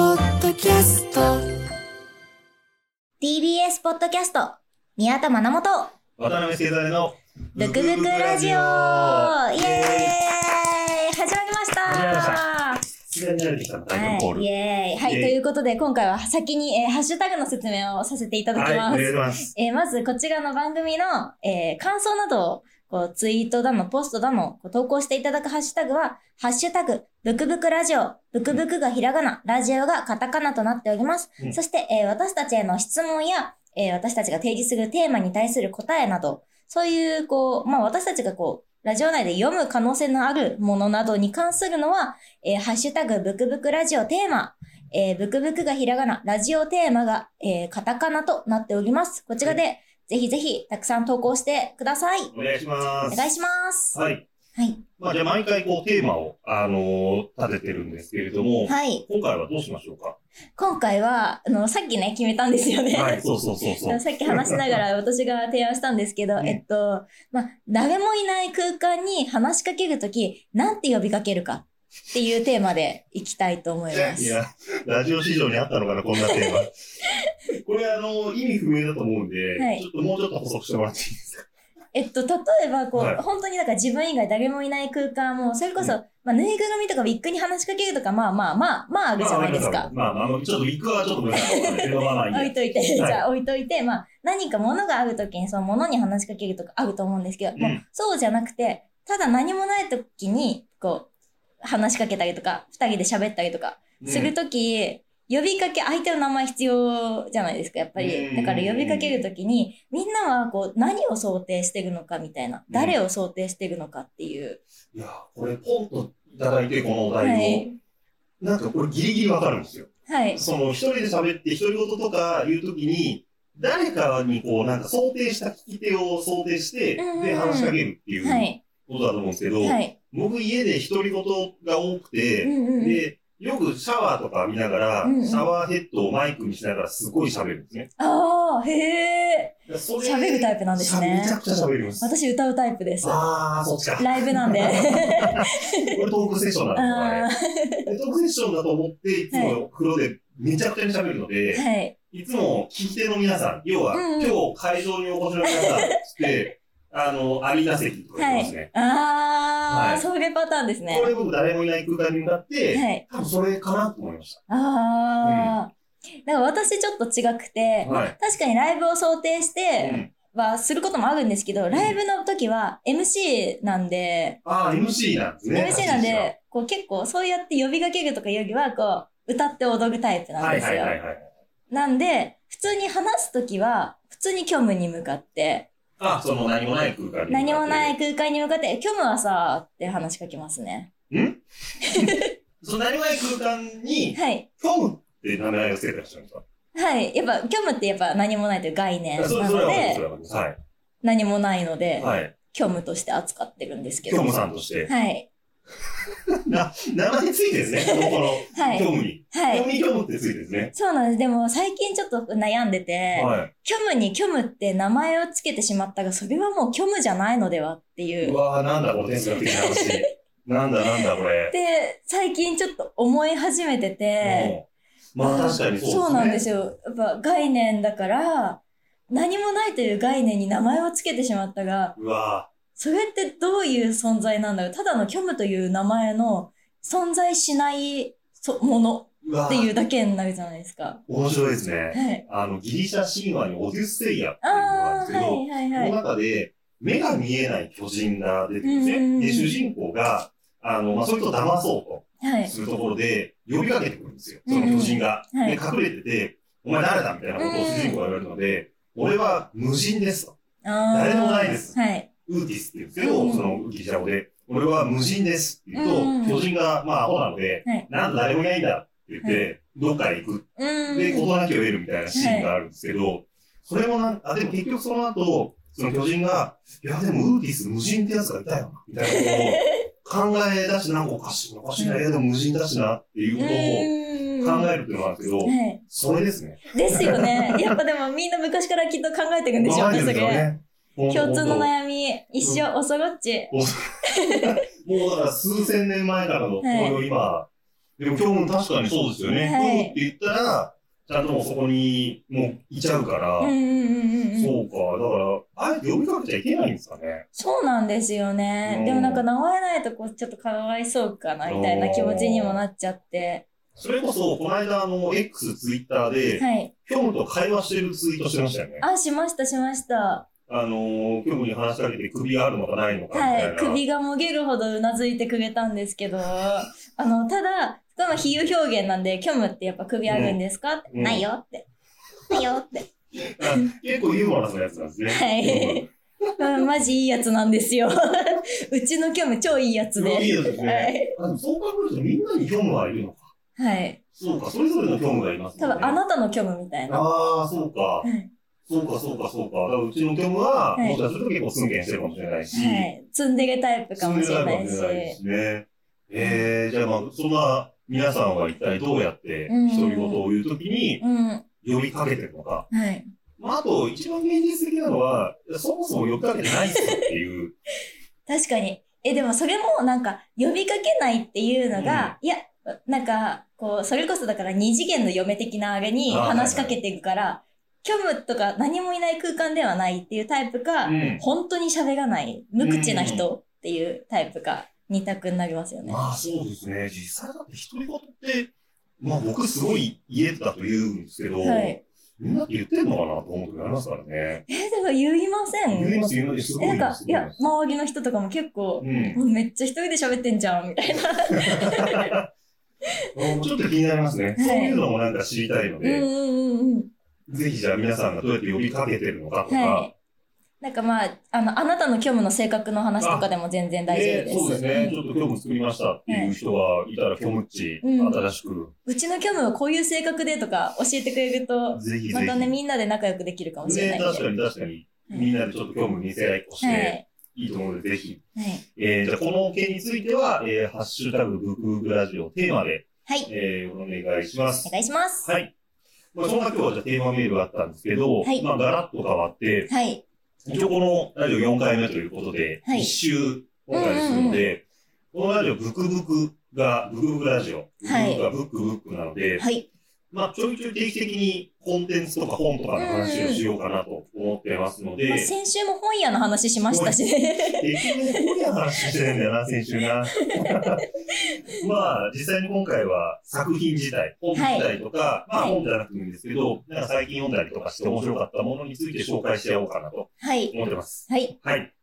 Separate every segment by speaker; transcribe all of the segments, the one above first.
Speaker 1: キャスト
Speaker 2: TBS ポッドキャスト、宮田真と、
Speaker 3: 渡辺聖在の
Speaker 2: ブクブクラジオイエーイ始まりました
Speaker 3: 始まりましに慣れてきたタイトル
Speaker 2: は
Speaker 3: コー
Speaker 2: い、イ
Speaker 3: ル。
Speaker 2: エーイはい、
Speaker 3: イエーイ
Speaker 2: ということで、今回は先に、えーハッシュタグの説明をさせていただき
Speaker 3: はい、お
Speaker 2: ま
Speaker 3: 願い
Speaker 2: す。
Speaker 3: します。
Speaker 2: えーまず、こちらの番組の、えー感想などをこうツイートだの、ポストだの、こう投稿していただくハッシュタグは、ハッシュタグ、ブクブクラジオ、ブクブクがひらがな、ラジオがカタカナとなっております。
Speaker 3: うん
Speaker 2: そして、えー私たちへの質問や、えー私たちが提示するテーマに対する答えなど、そういう、こう、まあ私たちがこう、ラジオ内で読む可能性のあるものなどに関するのは、えーハッシュタグ、ブクブクラジオテーマ、えーブクブクがひらがな、ラジオテーマが、えーカタカナとなっております。こちらで、ぜひぜひ、たくさん投稿してください。
Speaker 3: お願いし
Speaker 2: お
Speaker 3: ます。
Speaker 2: 願いします。
Speaker 3: はい。
Speaker 2: はい。
Speaker 3: まあ、じゃあ毎回こうテーマを、あのー立ててるんですけれども、
Speaker 2: はい。
Speaker 3: 今回はどうしましょうか
Speaker 2: 今回は、あの、さっきね、決めたんですよね。
Speaker 3: はい、そうそうそうそ う。
Speaker 2: さっき話しながら私が提案したんですけど、
Speaker 3: うん
Speaker 2: えっと、まあ、誰もいない空間に話しかけるとき、なんて呼びかけるかっていうテーマでいきたいと思いま
Speaker 3: い
Speaker 2: す。
Speaker 3: や、ラジオ史上にあったのかな、こんなテーマ。これ、あのー意味不明だと思うんで、
Speaker 2: はい
Speaker 3: ちょっともうちょっと補足してもらっていいですか
Speaker 2: えっと、例えば、こう、
Speaker 3: はい
Speaker 2: 本当になんか自分以外誰もいない空間も、それこそ、
Speaker 3: う
Speaker 2: まあ、ぬいぐるみとかウィッグに話しかけるとか、まあまあまあ、まああるじゃないですか。
Speaker 3: まあ、まあ、まあちょっと行くはちょっとごめんなさい。それはまあまあ
Speaker 2: 置
Speaker 3: いい
Speaker 2: い
Speaker 3: や。
Speaker 2: といて、じ
Speaker 3: はい
Speaker 2: ゃあ置いといて、まあ、何か物があるときに、その物に話しかけるとかあると思うんですけど、
Speaker 3: ん
Speaker 2: もうそうじゃなくて、ただ何もないときに、こう、話しかけたりとか、二人で喋ったりとか、するとき、呼びかけ、相手の名前必要じゃないですか、やっぱ
Speaker 3: う
Speaker 2: り。
Speaker 3: ん
Speaker 2: だから呼びかけるときに、みんなはこう、何を想定してるのかみたいな、誰を想定してるのかっていう。
Speaker 3: うんいや、これ、ポンといただいて、このお
Speaker 2: は
Speaker 3: 題を、
Speaker 2: い。
Speaker 3: なんかこれギリギリわかるんですよ。
Speaker 2: はい。
Speaker 3: その一人で喋って独り言とか言うときに、誰かにこうなんか想定した聞き手を想定して、
Speaker 2: うんうん
Speaker 3: で話しかけるって
Speaker 2: は
Speaker 3: いう
Speaker 2: い。
Speaker 3: ことだと思うんですけど、
Speaker 2: はい。
Speaker 3: 僕家で独り言が
Speaker 2: う
Speaker 3: 多く
Speaker 2: ん
Speaker 3: て、
Speaker 2: うんうん。
Speaker 3: で、よくシャワーとか見ながら、
Speaker 2: うんうん
Speaker 3: シャワーヘッドをマイクにしながらすごい喋るんですね。
Speaker 2: ああ、へえ。
Speaker 3: それ
Speaker 2: 喋るタイプなんですね
Speaker 3: めちゃくちゃ喋ります。
Speaker 2: 私歌うタイプです。
Speaker 3: あー、そっちか。
Speaker 2: ライブ なんで。
Speaker 3: これトークセッションなんですよあれ
Speaker 2: あ
Speaker 3: でトークセッションだと思って、いつも風呂でめちゃくちゃに喋るので、
Speaker 2: ーはい。
Speaker 3: いつも聞き手の皆さん、要は、
Speaker 2: うんうん
Speaker 3: 今日会場にお越しの皆さ んって、あの、アリーナ席とか言ってますね。
Speaker 2: あー、
Speaker 3: はい
Speaker 2: そういうパターンですね
Speaker 3: こ。れ僕誰もいない空間に向かって、
Speaker 2: はい。
Speaker 3: 多分それかなと思いまし
Speaker 2: あー。なんか私ちょっと違くて、
Speaker 3: た。はい。
Speaker 2: 確かにライブを想定し
Speaker 3: う
Speaker 2: て
Speaker 3: ん、
Speaker 2: はすることもあるんですけど、ライブの時は MC なんで、
Speaker 3: ああ、MC なんですね。
Speaker 2: MC なんで、こう結構そうやって呼びかけるとかよりは、こう、歌って踊るタイプ
Speaker 3: 私
Speaker 2: なん
Speaker 3: た
Speaker 2: です
Speaker 3: ちは。はいはいは
Speaker 2: よ。
Speaker 3: いはい。
Speaker 2: なんで、普通に話す時は、普通に虚無に向かって、
Speaker 3: あ、その何もない空間に。。
Speaker 2: 何もないい空間に向かって、虚無はさ、って話しかけますね。
Speaker 3: んその何もない空間に、
Speaker 2: はい。
Speaker 3: フォムって名前を付けてらっしゃるんですか
Speaker 2: はい。やっぱ、虚無ってやっぱ何もないという概念
Speaker 3: それ
Speaker 2: な
Speaker 3: それ
Speaker 2: の
Speaker 3: は私、そ
Speaker 2: で、
Speaker 3: れは私。はい。
Speaker 2: 何もないので、
Speaker 3: はい。
Speaker 2: 虚無として扱ってるんですけ
Speaker 3: 虚
Speaker 2: ど。
Speaker 3: 無さんとして。
Speaker 2: はい。
Speaker 3: 名前ついてるんですね、この、
Speaker 2: はい
Speaker 3: 虚無に。
Speaker 2: は
Speaker 3: 虚無
Speaker 2: い。
Speaker 3: に虚無ってついてるんですね。
Speaker 2: そうなんです。でも、最近ちょっと悩んでて、
Speaker 3: はい。
Speaker 2: 虚無に虚無って名前をつけてしまったが、それはもう虚無じゃないのではっていうう。
Speaker 3: わーなんだこの哲学的な 話。なんだなんだこれ。
Speaker 2: で、最近ちょっと思い始めてて、
Speaker 3: うんまあ確かにそうですね。
Speaker 2: そうなんです
Speaker 3: よ。
Speaker 2: よ。やっぱ概念だから、何もないという概念に名前をつけてしまったが、
Speaker 3: うわ
Speaker 2: それってどういう存在なんだろうただの虚無という名前の存在しないそもの
Speaker 3: ーうわ
Speaker 2: っていう
Speaker 3: ー
Speaker 2: だけになるじゃないですか。
Speaker 3: 面白いですね。
Speaker 2: はい。
Speaker 3: あの、ギリシャ神話にオデュッセイアっていうのがあ
Speaker 2: あ
Speaker 3: るんで
Speaker 2: あ、
Speaker 3: すけど、
Speaker 2: はいはいは
Speaker 3: この
Speaker 2: い。
Speaker 3: 中で、目が見えない巨人が出てくるんです
Speaker 2: うんうんうん
Speaker 3: ね。で、主人公が、あの、まあ、それと騙そ
Speaker 2: は
Speaker 3: うと
Speaker 2: い。
Speaker 3: するところで、呼びかけてくるんですよ。その巨人が。
Speaker 2: うんうん
Speaker 3: で、隠れてて、お前誰だみたいなことを主人公が言われるので、俺は無人ですと。
Speaker 2: 誰
Speaker 3: 誰でもないです
Speaker 2: はい。
Speaker 3: ウーティスって言うんですけど、
Speaker 2: うん
Speaker 3: そのギリシャ語で、俺は無人ですって言うと、
Speaker 2: うん
Speaker 3: 巨人が、まあ、アホなので、
Speaker 2: はい
Speaker 3: なんだ誰もいないんだって言って、どっかへ行く。
Speaker 2: うーん。
Speaker 3: で、事なきを得るみたいなシーンがあるんですけど、それもなんあ、でも結局その後、その巨人が、いや、でもウーティス無人ってやつがいたよな、みたいなことを考え出して、なんかおかしいな、おかしいな、いや、でも無人だしなっていう
Speaker 2: うー
Speaker 3: こ
Speaker 2: ん
Speaker 3: とを考えるっていうのがあるんですけど、
Speaker 2: はい。
Speaker 3: それですね。
Speaker 2: ですよね。やっぱでもみんな昔からきっと考えてるんでしょうね、
Speaker 3: 考
Speaker 2: そ
Speaker 3: えてるんですよ
Speaker 2: れ。
Speaker 3: ね。ほんと
Speaker 2: 共通の悩み、一生 おそろっち。
Speaker 3: もうだから数千年前からのこれを今、でも今日も確かにそうですよね。
Speaker 2: はい
Speaker 3: うんって言ったら、ちゃんともうそこにもういちゃうから、
Speaker 2: うんうんうんうん。
Speaker 3: そうか。だから、あえて呼びかけちゃいけないんですかね。
Speaker 2: そうなんですよ
Speaker 3: う
Speaker 2: ね
Speaker 3: ん。
Speaker 2: でもなんか名前ないとこうちょっとかわいそうかなみたいな気持ちにもなっちゃって。
Speaker 3: それこそ、この間、あの、X、ツイッターで、
Speaker 2: はい。
Speaker 3: ヒョムと会話してるツイートしてましたよね。
Speaker 2: あ、しましたしました。
Speaker 3: あのー、ヒョムに話しかけて首があるのかないのかみたいな。
Speaker 2: はい。首がもげるほどうなずいてくれたんですけど、あの、ただ、この比喩表現なんで、虚無ってやっぱ首あるんですかって、
Speaker 3: うん
Speaker 2: ないよって。ないよって。
Speaker 3: あ結構ユーモラスなやつなんですね。
Speaker 2: はい。うんマジいいやつなんですよ。 うちの虚無超いいやつ
Speaker 3: すごいいい
Speaker 2: で。
Speaker 3: です
Speaker 2: は
Speaker 3: ね。
Speaker 2: い。
Speaker 3: あでもそう考えるとみんなにヒョムはいるのか。
Speaker 2: はい。
Speaker 3: そうか、それぞれのヒョムがいます
Speaker 2: 多
Speaker 3: ね。
Speaker 2: 分、あなたの虚無みたいな。
Speaker 3: ああ、そうか
Speaker 2: は。い。
Speaker 3: そうか、そうか、そうか。だからうちの虚無は、
Speaker 2: はい
Speaker 3: もしかすると結構寸剣してるかもしれないし、
Speaker 2: はい。積んでるタイプかもしれないし。
Speaker 3: 寸剣してるかもしれないしね。えー、じゃあまあ、そんな皆さんは一体どうやって
Speaker 2: うん
Speaker 3: 独り言を言うときに
Speaker 2: うん。は
Speaker 3: 呼びかけてるのか。
Speaker 2: い。
Speaker 3: まあ、あと、一番現実的なのは、そもそも呼びかけてないっすよっていう。
Speaker 2: 確かに。え、でもそれもなんか、呼びかけないっていうのが、いや、なんか、こう、それこそだから二次元の嫁的なあれに
Speaker 3: あー
Speaker 2: 話しかけていくから、虚無とか何もいない空間ではない っていうタイプか、
Speaker 3: うん
Speaker 2: 本当に喋らない、無口な人っていうタイプか、二択になりますよね。
Speaker 3: まあ、そうですね。実際だって独り言って、まあ僕すごい言えてたと言うんですけど、
Speaker 2: はい。
Speaker 3: みんなって言ってんのかなと思う時ありますからね。
Speaker 2: えー、でも言いませ
Speaker 3: 言い
Speaker 2: ん。
Speaker 3: ます、言います。すご
Speaker 2: え、
Speaker 3: い
Speaker 2: ない
Speaker 3: 言
Speaker 2: ん
Speaker 3: ま
Speaker 2: か
Speaker 3: す。、
Speaker 2: いや、周りの人とかも結構、
Speaker 3: うん。
Speaker 2: もうめっちゃ一人で喋ってんじゃん、みたいな。
Speaker 3: うんちょっと気になりますね。
Speaker 2: はい
Speaker 3: そういうのもなんか知りたいの
Speaker 2: うんう
Speaker 3: で、
Speaker 2: んうんうん。
Speaker 3: ぜひじゃあ皆さんがどうやって呼びかけてるのかとか、
Speaker 2: はい。なんかまあ、あの、あなたの虚無の性格の話とかでも全然大丈夫で
Speaker 3: ね
Speaker 2: す。
Speaker 3: そうですね、ちょっと虚無作りましたっていう人がいたら、虚無っち、
Speaker 2: うん
Speaker 3: 新しく、
Speaker 2: うちの虚無はこういう性格でとか教えてくれると、
Speaker 3: ぜひぜひ。
Speaker 2: またね、みんなで仲良くできるかもしれな
Speaker 3: ね
Speaker 2: いんで。
Speaker 3: 確かに確かに、みんなでちょっと虚無見せ合いっこし
Speaker 2: は
Speaker 3: て、
Speaker 2: い。
Speaker 3: いいと思うので、ぜひ。
Speaker 2: はい。
Speaker 3: えー、じゃあこの件については、えー、ハッシュタグ、ブクブクラジオテーマで、
Speaker 2: はい。
Speaker 3: えー、お願いします
Speaker 2: お。願いします。
Speaker 3: はい。まあ、そんな今日はじゃあテーマメールがあったんですけど、
Speaker 2: はい
Speaker 3: まあ、ガラッと変わって、
Speaker 2: はい。
Speaker 3: 一応このラジオ4回目ということで、
Speaker 2: はい
Speaker 3: 一周今回するので、このラジオブクブクが、ブクブクラジオ、ブク
Speaker 2: はい
Speaker 3: ブクがブックブックなので、
Speaker 2: はい。
Speaker 3: まあちょいちょい定期的にコンテンツとか本とかの話をしようかなと思ってますの
Speaker 2: まあ
Speaker 3: で、
Speaker 2: 先週も本屋の話しましたしね。
Speaker 3: 結局こういう話してるんだよな、先週 な。まあ、実際に今回は作品自体、本自体とか、まあ
Speaker 2: はい
Speaker 3: 本じゃなくてもいいんですけど、なんか最近読んだりとかして面白かったものについて紹介してやろうかなと
Speaker 2: はい。
Speaker 3: 思ってます。
Speaker 2: はい。
Speaker 3: はい。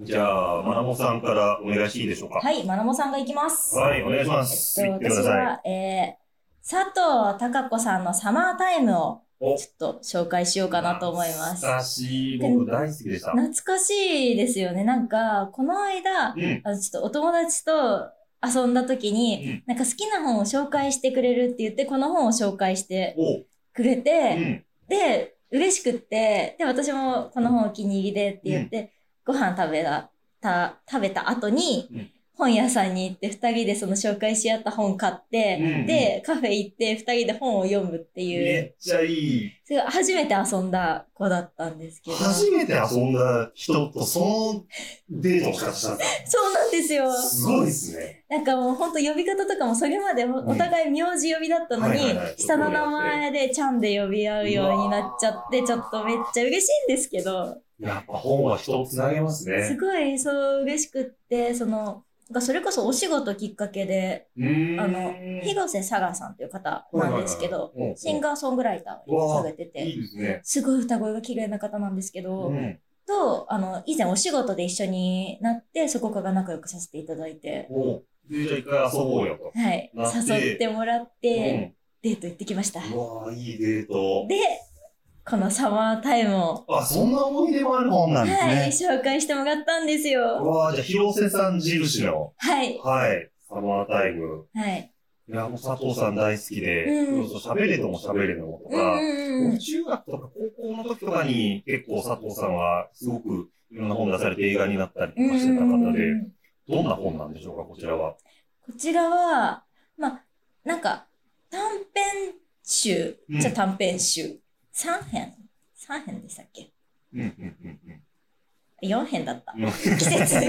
Speaker 3: じゃあ、まなもさんからお願いしていいでしょうか。
Speaker 2: はい。まなもさんが行きます。
Speaker 3: はい、お願いします。
Speaker 2: えっ
Speaker 3: 言って
Speaker 2: と、
Speaker 3: くだ
Speaker 2: 私
Speaker 3: さい。
Speaker 2: は、えー、佐藤孝子さんのサマータイムを
Speaker 3: お
Speaker 2: ちょっと紹介しようかなと思います。
Speaker 3: 優しい、僕大好きでした。
Speaker 2: 懐かしいですよね。なんか、この間
Speaker 3: う、ん。
Speaker 2: あの、ちょっとお友達と遊んだ時に、
Speaker 3: うん
Speaker 2: なんか好きな本を紹介してくれるって言って、この本を紹介して
Speaker 3: お、う
Speaker 2: くれて、
Speaker 3: ん。
Speaker 2: で、嬉しくって、で、私もこの本お気に入りでって言って、ご飯食べた、た食べた後に、
Speaker 3: うん
Speaker 2: 本屋さんに行って二人でその紹介し合った本買って、
Speaker 3: うん
Speaker 2: で、カフェ行って二人で本を読むってい
Speaker 3: め
Speaker 2: う、
Speaker 3: っちゃいい。
Speaker 2: すごい初めて遊んだ子だったんですけど。
Speaker 3: 初めて遊んだ人とそのデートの仕方したんだ。
Speaker 2: そうなんですよ。
Speaker 3: すごいですね。
Speaker 2: なんかもう本当呼び方とかもそれまでおお互い名字呼びだったのに
Speaker 3: はいはいはい、
Speaker 2: 下の名前でちゃんで呼び合うようになっちゃっ
Speaker 3: う
Speaker 2: て、
Speaker 3: わー
Speaker 2: ちょっとめっちゃ嬉しいんですけど、
Speaker 3: やっぱ本は人をつなげます
Speaker 2: す
Speaker 3: ね。
Speaker 2: ごいそう嬉しくって、その、なんかそれこそお仕事きっかけで、
Speaker 3: うーん
Speaker 2: あの、広瀬サガさんという方なんですけど、
Speaker 3: はいはいはいうん
Speaker 2: シンガーソングライターをされて
Speaker 3: い
Speaker 2: て、
Speaker 3: いですね。
Speaker 2: すごい歌声が綺麗な方なんですけど、
Speaker 3: うん。
Speaker 2: と、あの、以前お仕事で一緒になって、そこから仲良くさせていただいて、
Speaker 3: おうで、じゃあ一回遊ぼうよと。
Speaker 2: はい、
Speaker 3: なって
Speaker 2: 誘ってもらって、デート行ってきました。
Speaker 3: うん。うわあ、いいデート。
Speaker 2: で、このサマータイムを、
Speaker 3: あ、そんな思い出もある本な
Speaker 2: は
Speaker 3: ん
Speaker 2: い、
Speaker 3: ですね。
Speaker 2: 紹介してもらったんですよ。
Speaker 3: わあ、じゃあ広瀬さん印の、
Speaker 2: はい、
Speaker 3: はい、サマータイム。
Speaker 2: はい。
Speaker 3: いや、もう佐藤さん大好きで、
Speaker 2: うん
Speaker 3: そうそう喋れども喋れどもと
Speaker 2: う
Speaker 3: か、
Speaker 2: んうんうん。
Speaker 3: 中学とか高校の時とかに結構佐藤さんはすごくいろんな本出されて映画になったりと
Speaker 2: うん
Speaker 3: かしてた
Speaker 2: うんう
Speaker 3: 方
Speaker 2: んう
Speaker 3: で、
Speaker 2: ん
Speaker 3: どんな本なんでしょうか、こちらは。
Speaker 2: こちらは、まあ、なんか、短編集
Speaker 3: うん、
Speaker 2: じゃあ短編集。三編 ?3 編でしたっけ
Speaker 3: うんうんうん
Speaker 2: ?4 編だった。
Speaker 3: うん。
Speaker 2: 季節、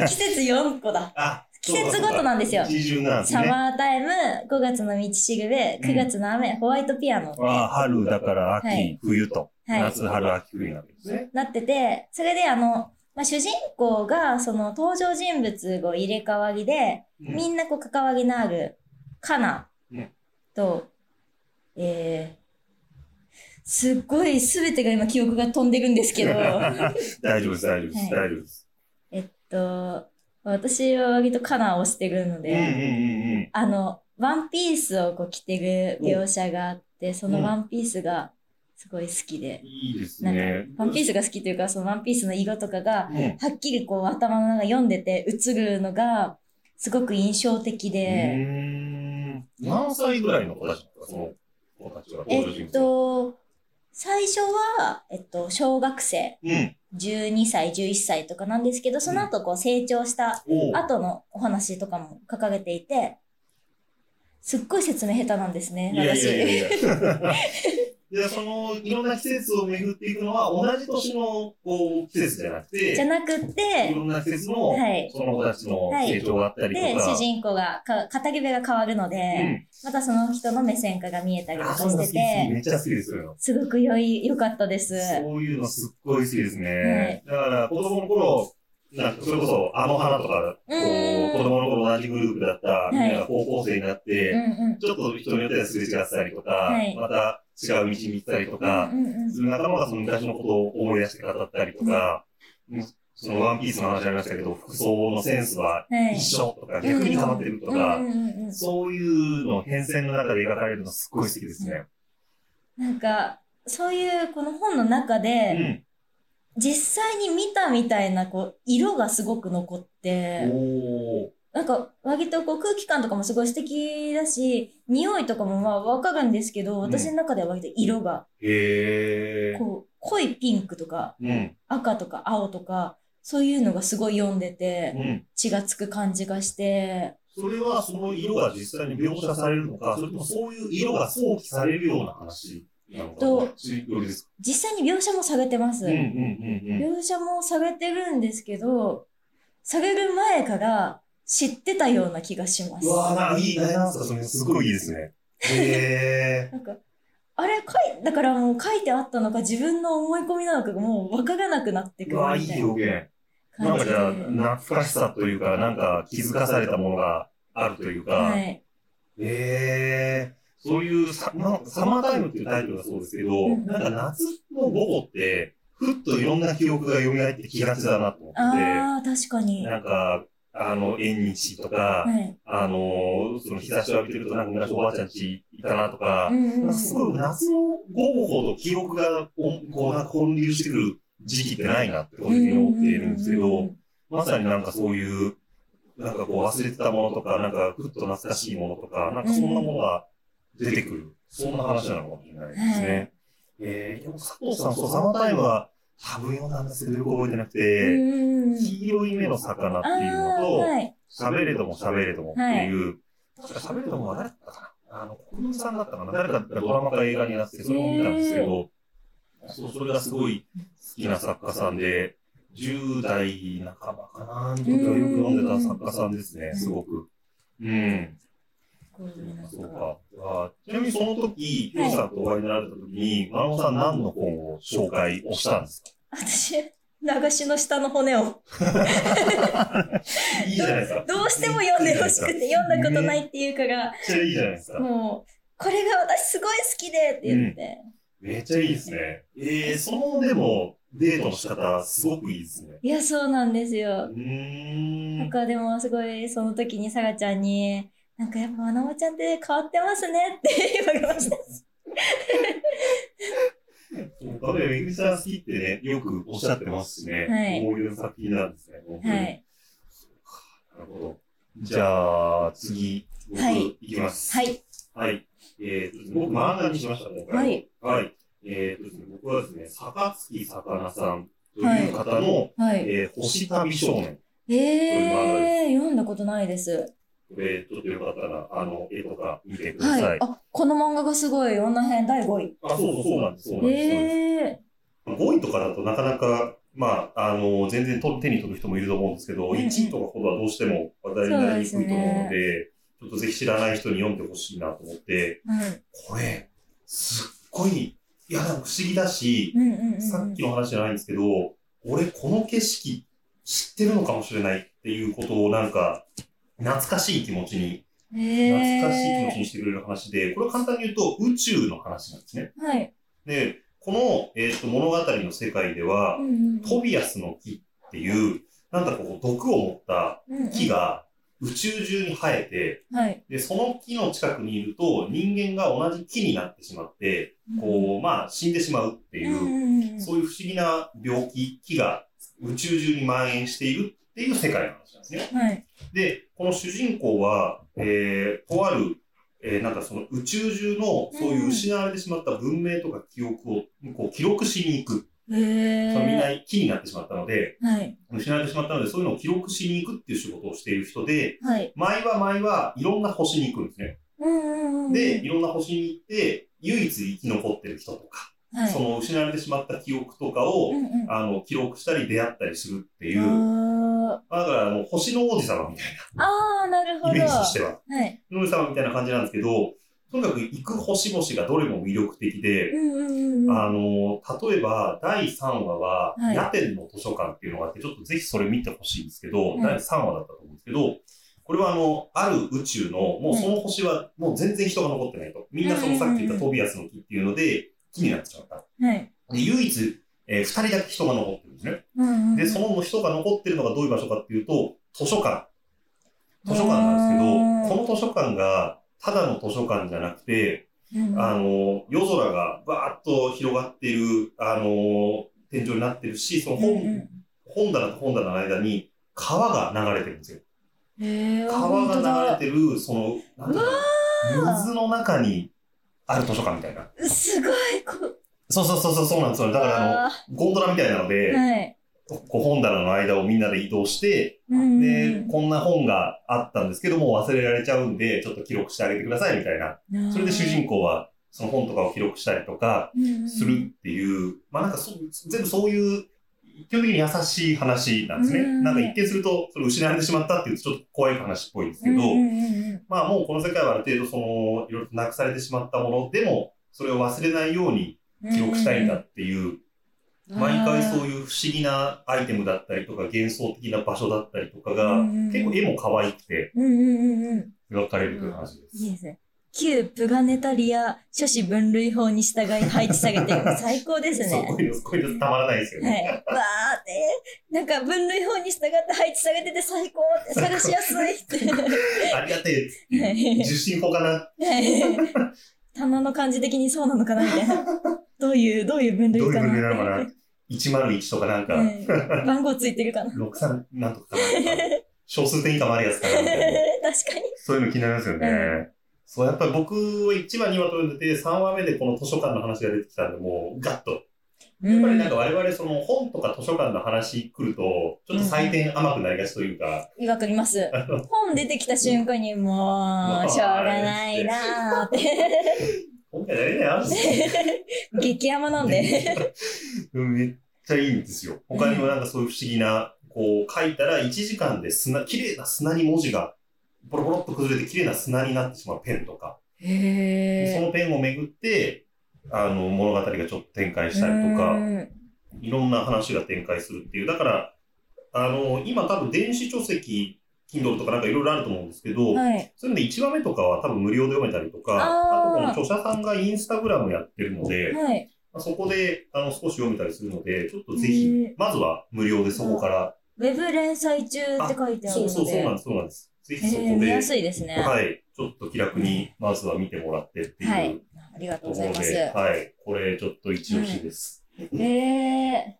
Speaker 2: 季節4個だ。
Speaker 3: あ、
Speaker 2: 季節ごとなんですよ。
Speaker 3: 基準なんです
Speaker 2: サ
Speaker 3: ね。
Speaker 2: マータイム、5月の道しぐべ、
Speaker 3: うん
Speaker 2: 9月の雨、ホワイトピアノ。
Speaker 3: ああ、春だから秋、
Speaker 2: はい
Speaker 3: 冬と、
Speaker 2: はい。
Speaker 3: 夏、春、秋、冬になるんですね。
Speaker 2: なってて、それであの、まあ、主人公が、その登場人物を入れ替わりで、
Speaker 3: うん
Speaker 2: みんなこう関わりのある、カナ
Speaker 3: うん
Speaker 2: と、えー、すっごい全てが今記憶が飛んでるんです けど、
Speaker 3: 大丈夫です、大丈夫です、
Speaker 2: はい
Speaker 3: 大丈夫です。
Speaker 2: えっと、私は割とカナをしてるの
Speaker 3: うんうん
Speaker 2: で、
Speaker 3: うんうん。
Speaker 2: あの、ワンピースをこう着てる描写があって、そのワンピースがすごい好きで、
Speaker 3: いいです
Speaker 2: なんか
Speaker 3: ね。
Speaker 2: ワンピースが好きというか、そのワンピースの色とかが、
Speaker 3: う
Speaker 2: は
Speaker 3: ん
Speaker 2: っきりこう頭の中読んでて映るのが、すごく印象的
Speaker 3: う
Speaker 2: で、
Speaker 3: ーん。何歳ぐらいの子たちですか、その子たちは。
Speaker 2: えっ、と、最初は、えっと、小学生、
Speaker 3: うん。
Speaker 2: 12歳、11歳とかなんですけど、その後こう成長した
Speaker 3: おう
Speaker 2: 後のお話とかも書かれていて、すっごい説明下手なんですね、
Speaker 3: いやい
Speaker 2: 私。
Speaker 3: やいや いや。で、その、いろんな季節を巡っていくのは、同じ年の、こう、季節じゃなく て、
Speaker 2: じゃなくっ
Speaker 3: い
Speaker 2: て
Speaker 3: ろ、んな季節の、
Speaker 2: はい
Speaker 3: その子たちの
Speaker 2: はい
Speaker 3: 成長があったりとか。
Speaker 2: で、主人公が、か片毛が変わるので、またその人の目線化が見えた
Speaker 3: う
Speaker 2: り
Speaker 3: ん。
Speaker 2: と
Speaker 3: あ、
Speaker 2: か
Speaker 3: そういう
Speaker 2: し
Speaker 3: の好
Speaker 2: て
Speaker 3: き、好き
Speaker 2: て、
Speaker 3: めっちゃ好きですよ。
Speaker 2: すごく良い、良かったです。
Speaker 3: そういうのすっごい好きですね。だから、子供の頃、なんかそれこそ、あの花とか、こう、
Speaker 2: うん
Speaker 3: 子供の頃同じグループだった、みんなが高校生に
Speaker 2: う
Speaker 3: なっ
Speaker 2: んう
Speaker 3: て、
Speaker 2: ん。
Speaker 3: ちょっと人によってはすれ違ってたりとか、
Speaker 2: はい
Speaker 3: また違う道に行ったりとか、
Speaker 2: うんうんうん
Speaker 3: その仲間がその昔のことを思い出して語ったりとか、うんそのワンピースの話ありましたけど、服装のセンスは
Speaker 2: はい。
Speaker 3: 一緒とか、逆に変わってるとか、
Speaker 2: うんうんうんうん
Speaker 3: そういうの変遷の中で描かれるのすっごい好きですね。
Speaker 2: なんか、そういうこの本の中で、実際に見たみたいな、こう、色がすごく残っ
Speaker 3: うん。
Speaker 2: て、
Speaker 3: おー。
Speaker 2: なんか、割とこう空気感とかもすごい素敵だし、匂いとかもまあわかるんですけど、
Speaker 3: うん
Speaker 2: 私の中では割と色が、
Speaker 3: へー。
Speaker 2: こう、濃いピンクとか、
Speaker 3: うん。
Speaker 2: 赤とか青とか、そういうのがすごい読んでて、
Speaker 3: うん。
Speaker 2: 血がつく感じがして、
Speaker 3: それはその色が実際に描写されるのか、それともそういう色が想起されるような話なのか、
Speaker 2: と
Speaker 3: どっちよりですか
Speaker 2: 実際に描写もされてます。
Speaker 3: うんうんうん
Speaker 2: 描写もされてるんですけど、される前から知ってたような気がしま
Speaker 3: うん。
Speaker 2: す
Speaker 3: う。わー、なんかいい、あれなんですかそれすごいいいです ね。へ
Speaker 2: なんか、あれ、書い、だからもう書いてあったのか自分の思い込みなのかがもうわからなくなってく
Speaker 3: ー。う
Speaker 2: る
Speaker 3: わー、
Speaker 2: みた
Speaker 3: いい
Speaker 2: いな
Speaker 3: 表現。なん
Speaker 2: 感
Speaker 3: か
Speaker 2: じ
Speaker 3: じ
Speaker 2: で。
Speaker 3: ゃあ、懐かしさというか、なんか気づかされたものがあるというか、
Speaker 2: はい。
Speaker 3: ええそういうサ、まサマータイムっていうタイトルがそうですけど、
Speaker 2: うん
Speaker 3: なんか夏の午後って、ふっといろんな記憶が蘇ってきがちだなと思って
Speaker 2: ああ、確か
Speaker 3: て、
Speaker 2: に。は
Speaker 3: なんか、あの、縁日とか、
Speaker 2: い。
Speaker 3: あのー、その日差しを浴びてるとなんか昔おばあちゃんちいたなと
Speaker 2: う
Speaker 3: か、
Speaker 2: んうんう
Speaker 3: なん
Speaker 2: ん
Speaker 3: かすごい夏の午後ほど記憶がおこうなんか混流してくる時期ってないなって個人的に思っているんですけど、
Speaker 2: うんうんうん
Speaker 3: まさになんかそういう、なんかこう忘れてたものとか、なんかふっと懐かしいものとか、なんかそんなものが出てくる。そんな話なのかもしれないです
Speaker 2: は
Speaker 3: ね
Speaker 2: い。
Speaker 3: えー、でも佐藤さん、そう、サマータイムは多分読んだんですけど、よく覚えてなく
Speaker 2: う
Speaker 3: て、
Speaker 2: んうんうん
Speaker 3: 黄色い目の魚って
Speaker 2: あ
Speaker 3: いうの
Speaker 2: あ、
Speaker 3: と、
Speaker 2: はい。
Speaker 3: 喋れども喋れどもっていう、確か喋れどもは誰だったかなあの、国分さんだったかな誰かがドラマか映画になってて、それも見たんですけど、そう、それがすごい好きな作家さんで、10代半ばかなの時はよく読んでた作家さんですね、
Speaker 2: ん
Speaker 3: すごく。うん。
Speaker 2: こういうなんか
Speaker 3: そうか。あちなみにその時、ヒロさんとお会いになられた時に、マラモさん何の本を紹介をしたんですか
Speaker 2: 私、流しの下の骨を。
Speaker 3: いいじゃないですか。
Speaker 2: どうしても読んでほしくて、読んだことないっていうから
Speaker 3: め、っちゃいいじゃないですか。
Speaker 2: もう、これが私すごい好きでって言って。
Speaker 3: めっちゃいいですね。えー、その、でも、デートの仕方、すごくいいですね。
Speaker 2: いや、そうなんです
Speaker 3: う
Speaker 2: よ。
Speaker 3: ー
Speaker 2: なん
Speaker 3: ん。
Speaker 2: かでもすごい、その時にサラちゃんに、なんかやっぱまなもちゃんって変わってますねって言われました。
Speaker 3: そう例えば、めぐみさん好きってね、よくおっしゃってますしね。
Speaker 2: はい
Speaker 3: 思い出の作品なんですね。本当に
Speaker 2: は。い。
Speaker 3: なるほど。じゃあ、次、僕、
Speaker 2: はい
Speaker 3: い、きます。
Speaker 2: はい。
Speaker 3: はい。えー、僕、漫画にしました、今回。
Speaker 2: はい。
Speaker 3: はい。えーとですね、僕はですね、坂月さかなさんという方の、
Speaker 2: はい。
Speaker 3: えー星旅少年。
Speaker 2: えー、読んだことないです。
Speaker 3: これ、ちょっとよかったら、あの、絵とか見てください。
Speaker 2: はい。あ、この漫画がすごい、女編第5位。
Speaker 3: あ、そうそう、そうなんです、そうなんです。
Speaker 2: えー。
Speaker 3: 5位とかだとなかなかまあ、あの、全然と手に取る人もいると思うんですけど、
Speaker 2: うんうん
Speaker 3: 1位とかほどはどうしても話題になりにくいと思う
Speaker 2: そう
Speaker 3: の
Speaker 2: で
Speaker 3: で、ちょっとぜひ知らない人に読んでほしいなと思って、これ、すっごい、いや、不思議だし、
Speaker 2: うんうんうんうん。
Speaker 3: さっきの話じゃないんですけど、俺この景色知ってるのかもしれないっていうことをなんか、懐かしい気持ちに、懐
Speaker 2: へー
Speaker 3: かしい気持ちにしてくれる話で、これは簡単に言うと宇宙の話なんですね。
Speaker 2: はい。
Speaker 3: で、この、えーっと、物語の世界では、
Speaker 2: うんうん
Speaker 3: トビアスの木っていう、なんかこう、毒を持った
Speaker 2: うんうん
Speaker 3: 木が宇宙中に生えて、
Speaker 2: はい。
Speaker 3: で、その木の近くにいると、人間が同じ木になってしまって、こう、まあ、死んでしまうって
Speaker 2: う
Speaker 3: いう、
Speaker 2: ん
Speaker 3: そういう不思議な病気、木が宇宙中に蔓延しているっていう世界の話なんですね。
Speaker 2: うん。はい。
Speaker 3: で、この主人公は、えー、とある、えー、なんかその宇宙中の、そういう失われてしまった文明とか記憶を、こう、記録しに行く。
Speaker 2: へえ。
Speaker 3: そのみんな木になってしまったので、
Speaker 2: はい。
Speaker 3: 失われてしまったので、そういうのを記録しに行くっていう仕事をしている人で、
Speaker 2: はい。
Speaker 3: 毎は毎はいろんな星に行くんですね。
Speaker 2: うんうんうん。
Speaker 3: で、いろんな星に行って、唯一生き残ってる人とか、
Speaker 2: はい、
Speaker 3: その失われてしまった記憶とかを、
Speaker 2: うんうん、
Speaker 3: あの、記録したり出会ったりするっていう、
Speaker 2: あ
Speaker 3: だからあの、星の王子様みた
Speaker 2: ー
Speaker 3: い
Speaker 2: あー、なるほ
Speaker 3: な
Speaker 2: ど。
Speaker 3: イメージとしては、
Speaker 2: はい。
Speaker 3: ノル様みたいな感じなんですけど、とにかく行く星々がどれも魅力的
Speaker 2: う
Speaker 3: で、
Speaker 2: んうんうんうん。
Speaker 3: あの、例えば、第3話は、
Speaker 2: はい
Speaker 3: 夜店の図書館っていうのがあって、ちょっとぜひそれ見てほしいんですけど、
Speaker 2: はい
Speaker 3: 第3話だったと思うんですけど、これはあの、ある宇宙の、もうその星はもう全然人が残ってないと。みんなそのさっき言ったトビアスの木っていうので、木になってしまった。
Speaker 2: はい。
Speaker 3: で、唯一、え2人だけ人が残ってるんですね。
Speaker 2: うんうんうん、
Speaker 3: で、その人が残ってるのがどういう場所かっていうと、図書館。図書館なんですけど、この図書館が、ただの図書館じゃなくて、
Speaker 2: うん、
Speaker 3: あの、夜空がバーッと広がってる、あの、天井になってるし、その
Speaker 2: うんう
Speaker 3: 本
Speaker 2: ん、
Speaker 3: 本棚と本棚の間に川が流れてるんですよ。
Speaker 2: へー
Speaker 3: 川
Speaker 2: 本当
Speaker 3: が
Speaker 2: だ
Speaker 3: 流れてる、その、なんていう
Speaker 2: う
Speaker 3: の
Speaker 2: わー
Speaker 3: 水の中にある図書館みたいな。
Speaker 2: すごい、こ
Speaker 3: そうそうそうそう、そうなんですよ。だからあ
Speaker 2: あ
Speaker 3: の、ゴンドラみたいなの
Speaker 2: ー
Speaker 3: で、
Speaker 2: はい。
Speaker 3: こう本棚の間をみんなで移動して、
Speaker 2: うん
Speaker 3: で、こんな本があったんですけども、忘れられちゃうんで、ちょっと記録してあげてくださいみたいな。
Speaker 2: うん
Speaker 3: それで主人公は、その本とかを記録したりとか、するっていう、まあなんかそ、全部そういう、基本的に優しい話なんですね。
Speaker 2: うん
Speaker 3: なんか一見すると、それ失われてしまったっていうとちょっと怖い話っぽいんですけど、
Speaker 2: うんうんうんうん
Speaker 3: まあもうこの世界はある程度その、いろいろとなくされてしまったものでも、それを忘れないように記録したいんだっていう、
Speaker 2: うんうん
Speaker 3: 毎回そういう不思議なアイテムだったりとか、幻想的な場所だったりとかが、
Speaker 2: うんうん
Speaker 3: 結構絵も可愛くて、
Speaker 2: うんうんうんうん。
Speaker 3: 描かれるという話です。
Speaker 2: いいですね。旧プガネタリア諸子分類法に従い配置されてる。最高です
Speaker 3: そう
Speaker 2: ね。
Speaker 3: こういうの、こういうのたまらないですよ
Speaker 2: は
Speaker 3: ね。
Speaker 2: い。わーって、なんか分類法に従って配置されてて最高って探しやすいって。
Speaker 3: ありがてえっつっ
Speaker 2: は
Speaker 3: て
Speaker 2: い
Speaker 3: 受信法かな
Speaker 2: はい棚の感じ的にそうなのかなみたいな。どういう、どういう分類
Speaker 3: どういう
Speaker 2: か
Speaker 3: 分類な
Speaker 2: な
Speaker 3: のかな ?101 とかなんか、
Speaker 2: はい番号ついてるかな。
Speaker 3: 63なんとかかなとか、小数点以下もあるやつかなみたいな。
Speaker 2: 確かに。
Speaker 3: そういうの気になりますよね。
Speaker 2: うん
Speaker 3: そう、やっぱり僕は1話、2話と読んでて、3話目でこの図書館の話が出てきたんで、もうガッと。やっぱりなんか我々その本とか図書館の話来ると、ちょっと採点甘くなりがちとい うか、
Speaker 2: うんわかります。本出てきた瞬間に、もう、しょうがないなーって。
Speaker 3: 今回やりない話ですね
Speaker 2: 激山なんで。
Speaker 3: うんめっちゃいいんですよ。他にもなんかそういう不思議な、こう書いたら1時間で砂、綺麗な砂に文字が、ボロボロっと崩れて綺麗な砂になってしまうペンとか、そ
Speaker 2: へ
Speaker 3: のペンをめぐって、あの、物語がちょっと展開したりとか、いろんな話が展開するっていう。だから、あの、今多分電子書籍、Kindle とかなんかいろいろあると思うんですけど、
Speaker 2: はい。
Speaker 3: そういうので1話目とかは多分無料で読めたりとか、
Speaker 2: あー
Speaker 3: あとこの著者さんがインスタグラムやってるので、
Speaker 2: はい。
Speaker 3: まあそこで、あの、少し読めたりするので、ちょっとぜひ
Speaker 2: へ、
Speaker 3: まずは無料でそこから。
Speaker 2: ウェブ連載中って書いてある
Speaker 3: そ
Speaker 2: の
Speaker 3: う
Speaker 2: で。
Speaker 3: そうそうなんです、そうなんです。ぜひそ
Speaker 2: へー
Speaker 3: こ
Speaker 2: 見
Speaker 3: で
Speaker 2: や、すいですね。
Speaker 3: はい、ちょっと気楽に、まずは見てもらってって
Speaker 2: はいいうありがと
Speaker 3: と
Speaker 2: うご
Speaker 3: こ
Speaker 2: ざい
Speaker 3: ろ
Speaker 2: ます。
Speaker 3: で、はい、これちょっと一押しです。
Speaker 2: え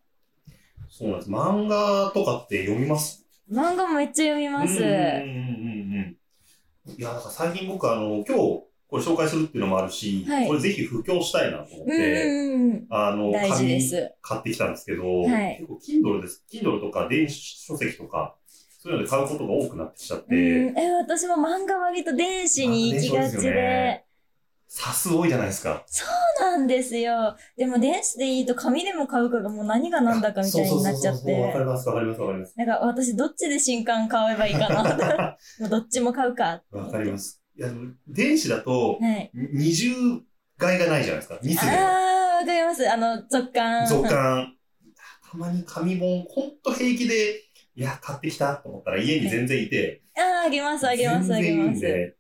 Speaker 3: そうなんです。漫画とかって読みます
Speaker 2: ー、漫画めっちゃ読みます。
Speaker 3: うんうんうんうん。いや、なんか最近僕、あの、今日、これ紹介するっていうのもあるし、
Speaker 2: はい
Speaker 3: これぜひ布教したいなと思
Speaker 2: うん
Speaker 3: って、
Speaker 2: うん
Speaker 3: あ
Speaker 2: う
Speaker 3: の、
Speaker 2: ん。大事です。
Speaker 3: 買ってきたんですけど、
Speaker 2: はい
Speaker 3: 結構 Kindle です。Kindle とか電子書籍とか、そういうので買うことが多くなってきちゃっ
Speaker 2: うん
Speaker 3: て、
Speaker 2: えー、私も漫画割と電子に行きがち
Speaker 3: あ電子多いですよね
Speaker 2: で、
Speaker 3: サス多いじゃないですか。
Speaker 2: そなんですよ。でも電子でいいと紙でも買うからもう何が何だかみたいになっちゃっ
Speaker 3: そうそうそうそうわかり
Speaker 2: て。
Speaker 3: ます、わかります、わかります。
Speaker 2: なんか私どっちで新刊買えばいいかな。 もうどっちも買うか。
Speaker 3: わかります。いや、でも電子だと、
Speaker 2: はい。
Speaker 3: 二重買いがないじゃないですか。ミス
Speaker 2: あ
Speaker 3: で。
Speaker 2: ー、わかります。あの、続刊。
Speaker 3: 増刊。たまに紙本、ほんと平気で、いや、買ってきたと思ったら家に全然いて、
Speaker 2: あー、あげます、あげます、あ
Speaker 3: 全
Speaker 2: げ
Speaker 3: 然いい
Speaker 2: ま
Speaker 3: ん
Speaker 2: す。
Speaker 3: で、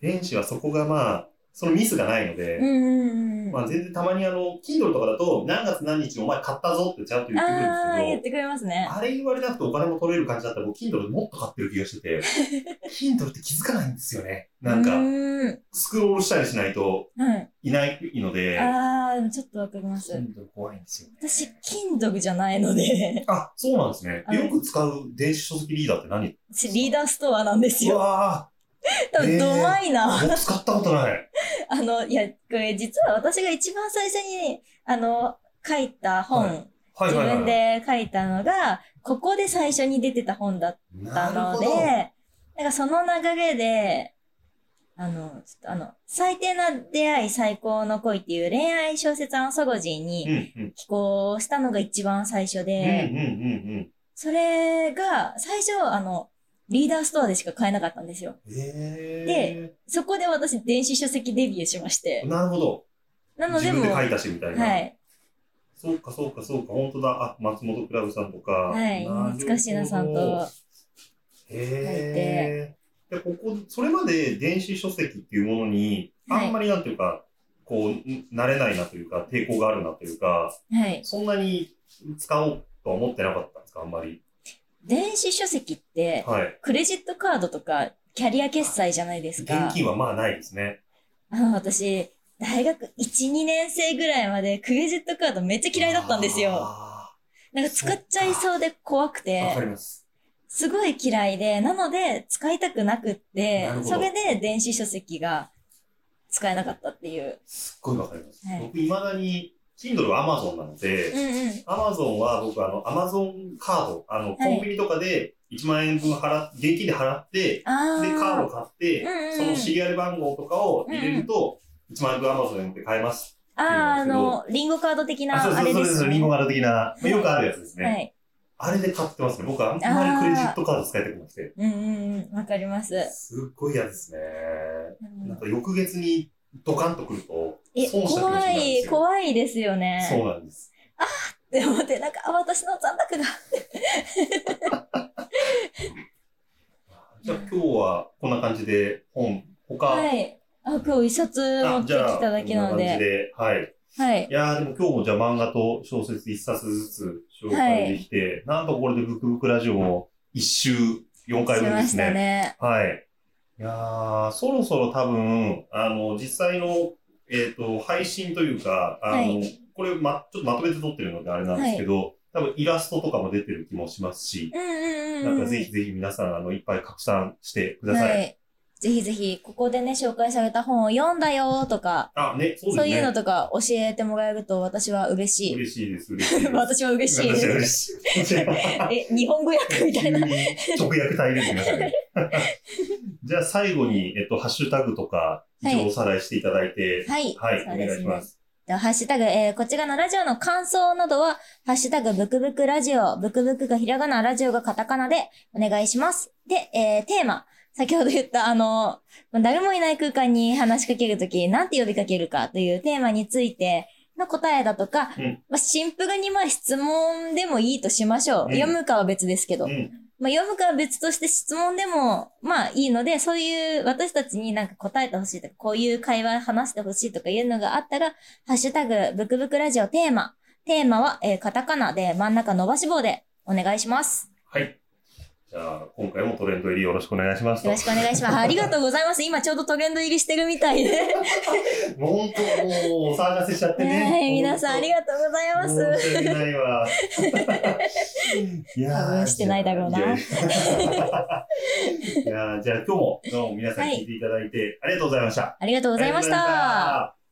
Speaker 3: 電子はそこがまあ、そのミスがないの
Speaker 2: うん
Speaker 3: で、
Speaker 2: うんうん。
Speaker 3: ま
Speaker 2: あ
Speaker 3: あ全然たまにあの、Kindle とかだと、何月何日お前買ったぞってちゃんと言ってくるんです
Speaker 2: ー、
Speaker 3: けど
Speaker 2: 言っ、てくれますね。
Speaker 3: あれ言われなくてお金も取れる感じだったら、僕、Kindle でもっと買ってる気がして て、Kindle って気づかないんですよね。なん
Speaker 2: う
Speaker 3: か、
Speaker 2: ーん
Speaker 3: スクロールしたりしないと
Speaker 2: はい。
Speaker 3: いないので、
Speaker 2: あー、でもちょっとわかります。
Speaker 3: Kindle 怖いんですよね。
Speaker 2: 私、Kindle じゃないので、
Speaker 3: あ、 そうなんですね。
Speaker 2: あ
Speaker 3: よく使う電子書籍リーダーって何
Speaker 2: 私リーダーストアなんです
Speaker 3: う
Speaker 2: よ。
Speaker 3: わ
Speaker 2: 多分、ドマイな。
Speaker 3: ー、僕使ったことない。
Speaker 2: あの、いや、これ実は私が一番最初に、あの、書いた本、
Speaker 3: ははい
Speaker 2: 自
Speaker 3: はいはい。
Speaker 2: 分で書いたのが、ここで最初に出てた本だった
Speaker 3: なる
Speaker 2: の
Speaker 3: ほ
Speaker 2: で
Speaker 3: ど、
Speaker 2: なんかその流れで、あの、ちょっとあの、最低な出会い最高の恋っていう恋愛小説アンソロジー
Speaker 3: うん
Speaker 2: に
Speaker 3: うん。
Speaker 2: 寄稿したのが一番最初
Speaker 3: うんう
Speaker 2: で、
Speaker 3: んうん
Speaker 2: それが最初、あの、リーダーストアでしか買えなかったんですよ。
Speaker 3: うん。え
Speaker 2: でそこで私電子書籍デビューしまして
Speaker 3: ー。。なるほど。
Speaker 2: なので
Speaker 3: 自
Speaker 2: もう、
Speaker 3: 分で書
Speaker 2: はい
Speaker 3: たしみたいな。
Speaker 2: い。
Speaker 3: そうかそうかそうか、本当だ。あ、松本クラブさんとか。
Speaker 2: はい、懐かしいなさんと。。
Speaker 3: へえ。で、ここ、それまで電子書籍っていうものに、
Speaker 2: はい
Speaker 3: あんまりなんていうか、こう、ん慣れないなというか、抵抗があるなというか、
Speaker 2: はい。
Speaker 3: そんなに使おうとは思ってなかったんですか、あんまり。
Speaker 2: 電子書籍って、
Speaker 3: はい。
Speaker 2: クレジットカードとか、キャリア決済じゃないですか。
Speaker 3: 現金はまあないですね。
Speaker 2: あの、 私、大学1、2年生ぐらいまで、クレジットカードめっちゃ嫌いだったんですよ。
Speaker 3: あ
Speaker 2: なんか使っちゃいそうで怖く
Speaker 3: ーわ
Speaker 2: て、
Speaker 3: かります。
Speaker 2: すごい嫌いで、なので、使いたくなくって
Speaker 3: なる、ほど
Speaker 2: それで電子書籍が使えなかったっていう。
Speaker 3: すっごいわかります。
Speaker 2: はい
Speaker 3: 僕、未だに、Kindle は Amazon なので、
Speaker 2: うんうん。
Speaker 3: アマゾンは僕あの、アマゾンカード、あの、コンビニとかで1万円分払っ、現金で払って、で、
Speaker 2: あー。
Speaker 3: カード買って、
Speaker 2: うんうん
Speaker 3: そのシリアル番号とかを入れると、1万円分アマゾンで買えます。
Speaker 2: あー、あの、リンゴカード的な、
Speaker 3: あ、そう
Speaker 2: あ
Speaker 3: そう
Speaker 2: れ
Speaker 3: そう
Speaker 2: で
Speaker 3: そう
Speaker 2: す
Speaker 3: そう、リンゴカード的な、まあよくあるやつですね。
Speaker 2: はい。
Speaker 3: あれで買ってますね。僕あんま
Speaker 2: あー
Speaker 3: りクレジットカード使いたくなくて。
Speaker 2: うんうんうん、わかります。
Speaker 3: すっごい嫌ですね。
Speaker 2: うん
Speaker 3: なんか翌月にドカンとくると、
Speaker 2: え、
Speaker 3: 損した気持ちにな
Speaker 2: 怖
Speaker 3: るんで
Speaker 2: い、
Speaker 3: すよ。
Speaker 2: 怖いですよね。
Speaker 3: そうなんです。
Speaker 2: って思って、なんか、あ私の残高が。
Speaker 3: じゃあ今日はこんな感じで本、他、
Speaker 2: はい。あ、今日一冊持っ
Speaker 3: あ
Speaker 2: てき
Speaker 3: じゃあ
Speaker 2: ただけなの
Speaker 3: こんな感じ
Speaker 2: で。
Speaker 3: で、はい。
Speaker 2: はい
Speaker 3: い。やー、でも今日もじゃあ漫画と小説一冊ずつ紹介できて、なんとこれでブクブクラジオも一周4回
Speaker 2: し
Speaker 3: 分で
Speaker 2: ますした
Speaker 3: ね。
Speaker 2: ね。
Speaker 3: はい。いやー、そろそろ多分、あの、実際の、えっ、と、配信というか、あの、
Speaker 2: はい
Speaker 3: これ、ま、ちょっとまとめて撮ってるのであれなんですけど、多分イラストとかも出てる気もしますし、
Speaker 2: うんうんうん
Speaker 3: な
Speaker 2: うん。
Speaker 3: んかぜひぜひ皆さん、あの、いっぱい拡散してくださ。
Speaker 2: はいい。ぜひぜひ、ここでね、紹介された本を読んだよとか、
Speaker 3: あ、ね、そうですね。
Speaker 2: そういうのとか教えてもらえると私は嬉しい。
Speaker 3: 嬉しいです、嬉しいです。
Speaker 2: 私は嬉しい
Speaker 3: 私は
Speaker 2: です。
Speaker 3: 嬉しい。
Speaker 2: え、日本語訳みた
Speaker 3: 急
Speaker 2: い
Speaker 3: に
Speaker 2: な。
Speaker 3: 直訳大変ですね。じゃあ最後に、えっと、ハッシュタグとか、一応おさらいしていただいて、
Speaker 2: はい。
Speaker 3: はい、
Speaker 2: そう
Speaker 3: お
Speaker 2: で
Speaker 3: 願い
Speaker 2: す
Speaker 3: し
Speaker 2: ね
Speaker 3: ま。す。
Speaker 2: でハッシュタグ、えーこちらのラジオの感想などは、ハッシュタグ、ブクブクラジオ、ブクブクがひらがな、ラジオがカタカナでお願いします。で、えーテーマ。先ほど言った、あの、誰もいない空間に話しかけるとき、なんて呼びかけるかというテーマについての答えだとか、
Speaker 3: うん
Speaker 2: まあ、シンプルにまあ質問でもいいとしましょう。
Speaker 3: うん
Speaker 2: 読むかは別ですけど
Speaker 3: う。ん、
Speaker 2: まあ、読むかは別として質問でも、まあいいので、そういう私たちになんか答えてほしいとか、こういう会話話してほしいとかいうのがあったら、ハッシュタグ、ブクブクラジオテーマ。テーマは、えーカタカナで真ん中伸ばし棒でお願いします。
Speaker 3: はい。じゃあ、今回もトレンド入りよろしくお願いしますと。
Speaker 2: よろしくお願いします。ありがとうございます。今ちょうどトレンド入りしてるみたいで。
Speaker 3: もう本当、もうお騒がせしちゃってね。
Speaker 2: ねえ 皆さんありがとうございま
Speaker 3: 申
Speaker 2: す。
Speaker 3: し訳ない わ。いや
Speaker 2: 多
Speaker 3: ー
Speaker 2: 分してないだろうな
Speaker 3: じゃあいやいやじゃあ今日もどうも皆さん聞いていただいてありがとうございました。
Speaker 2: ありがとう
Speaker 3: あ
Speaker 2: ございました。
Speaker 3: た。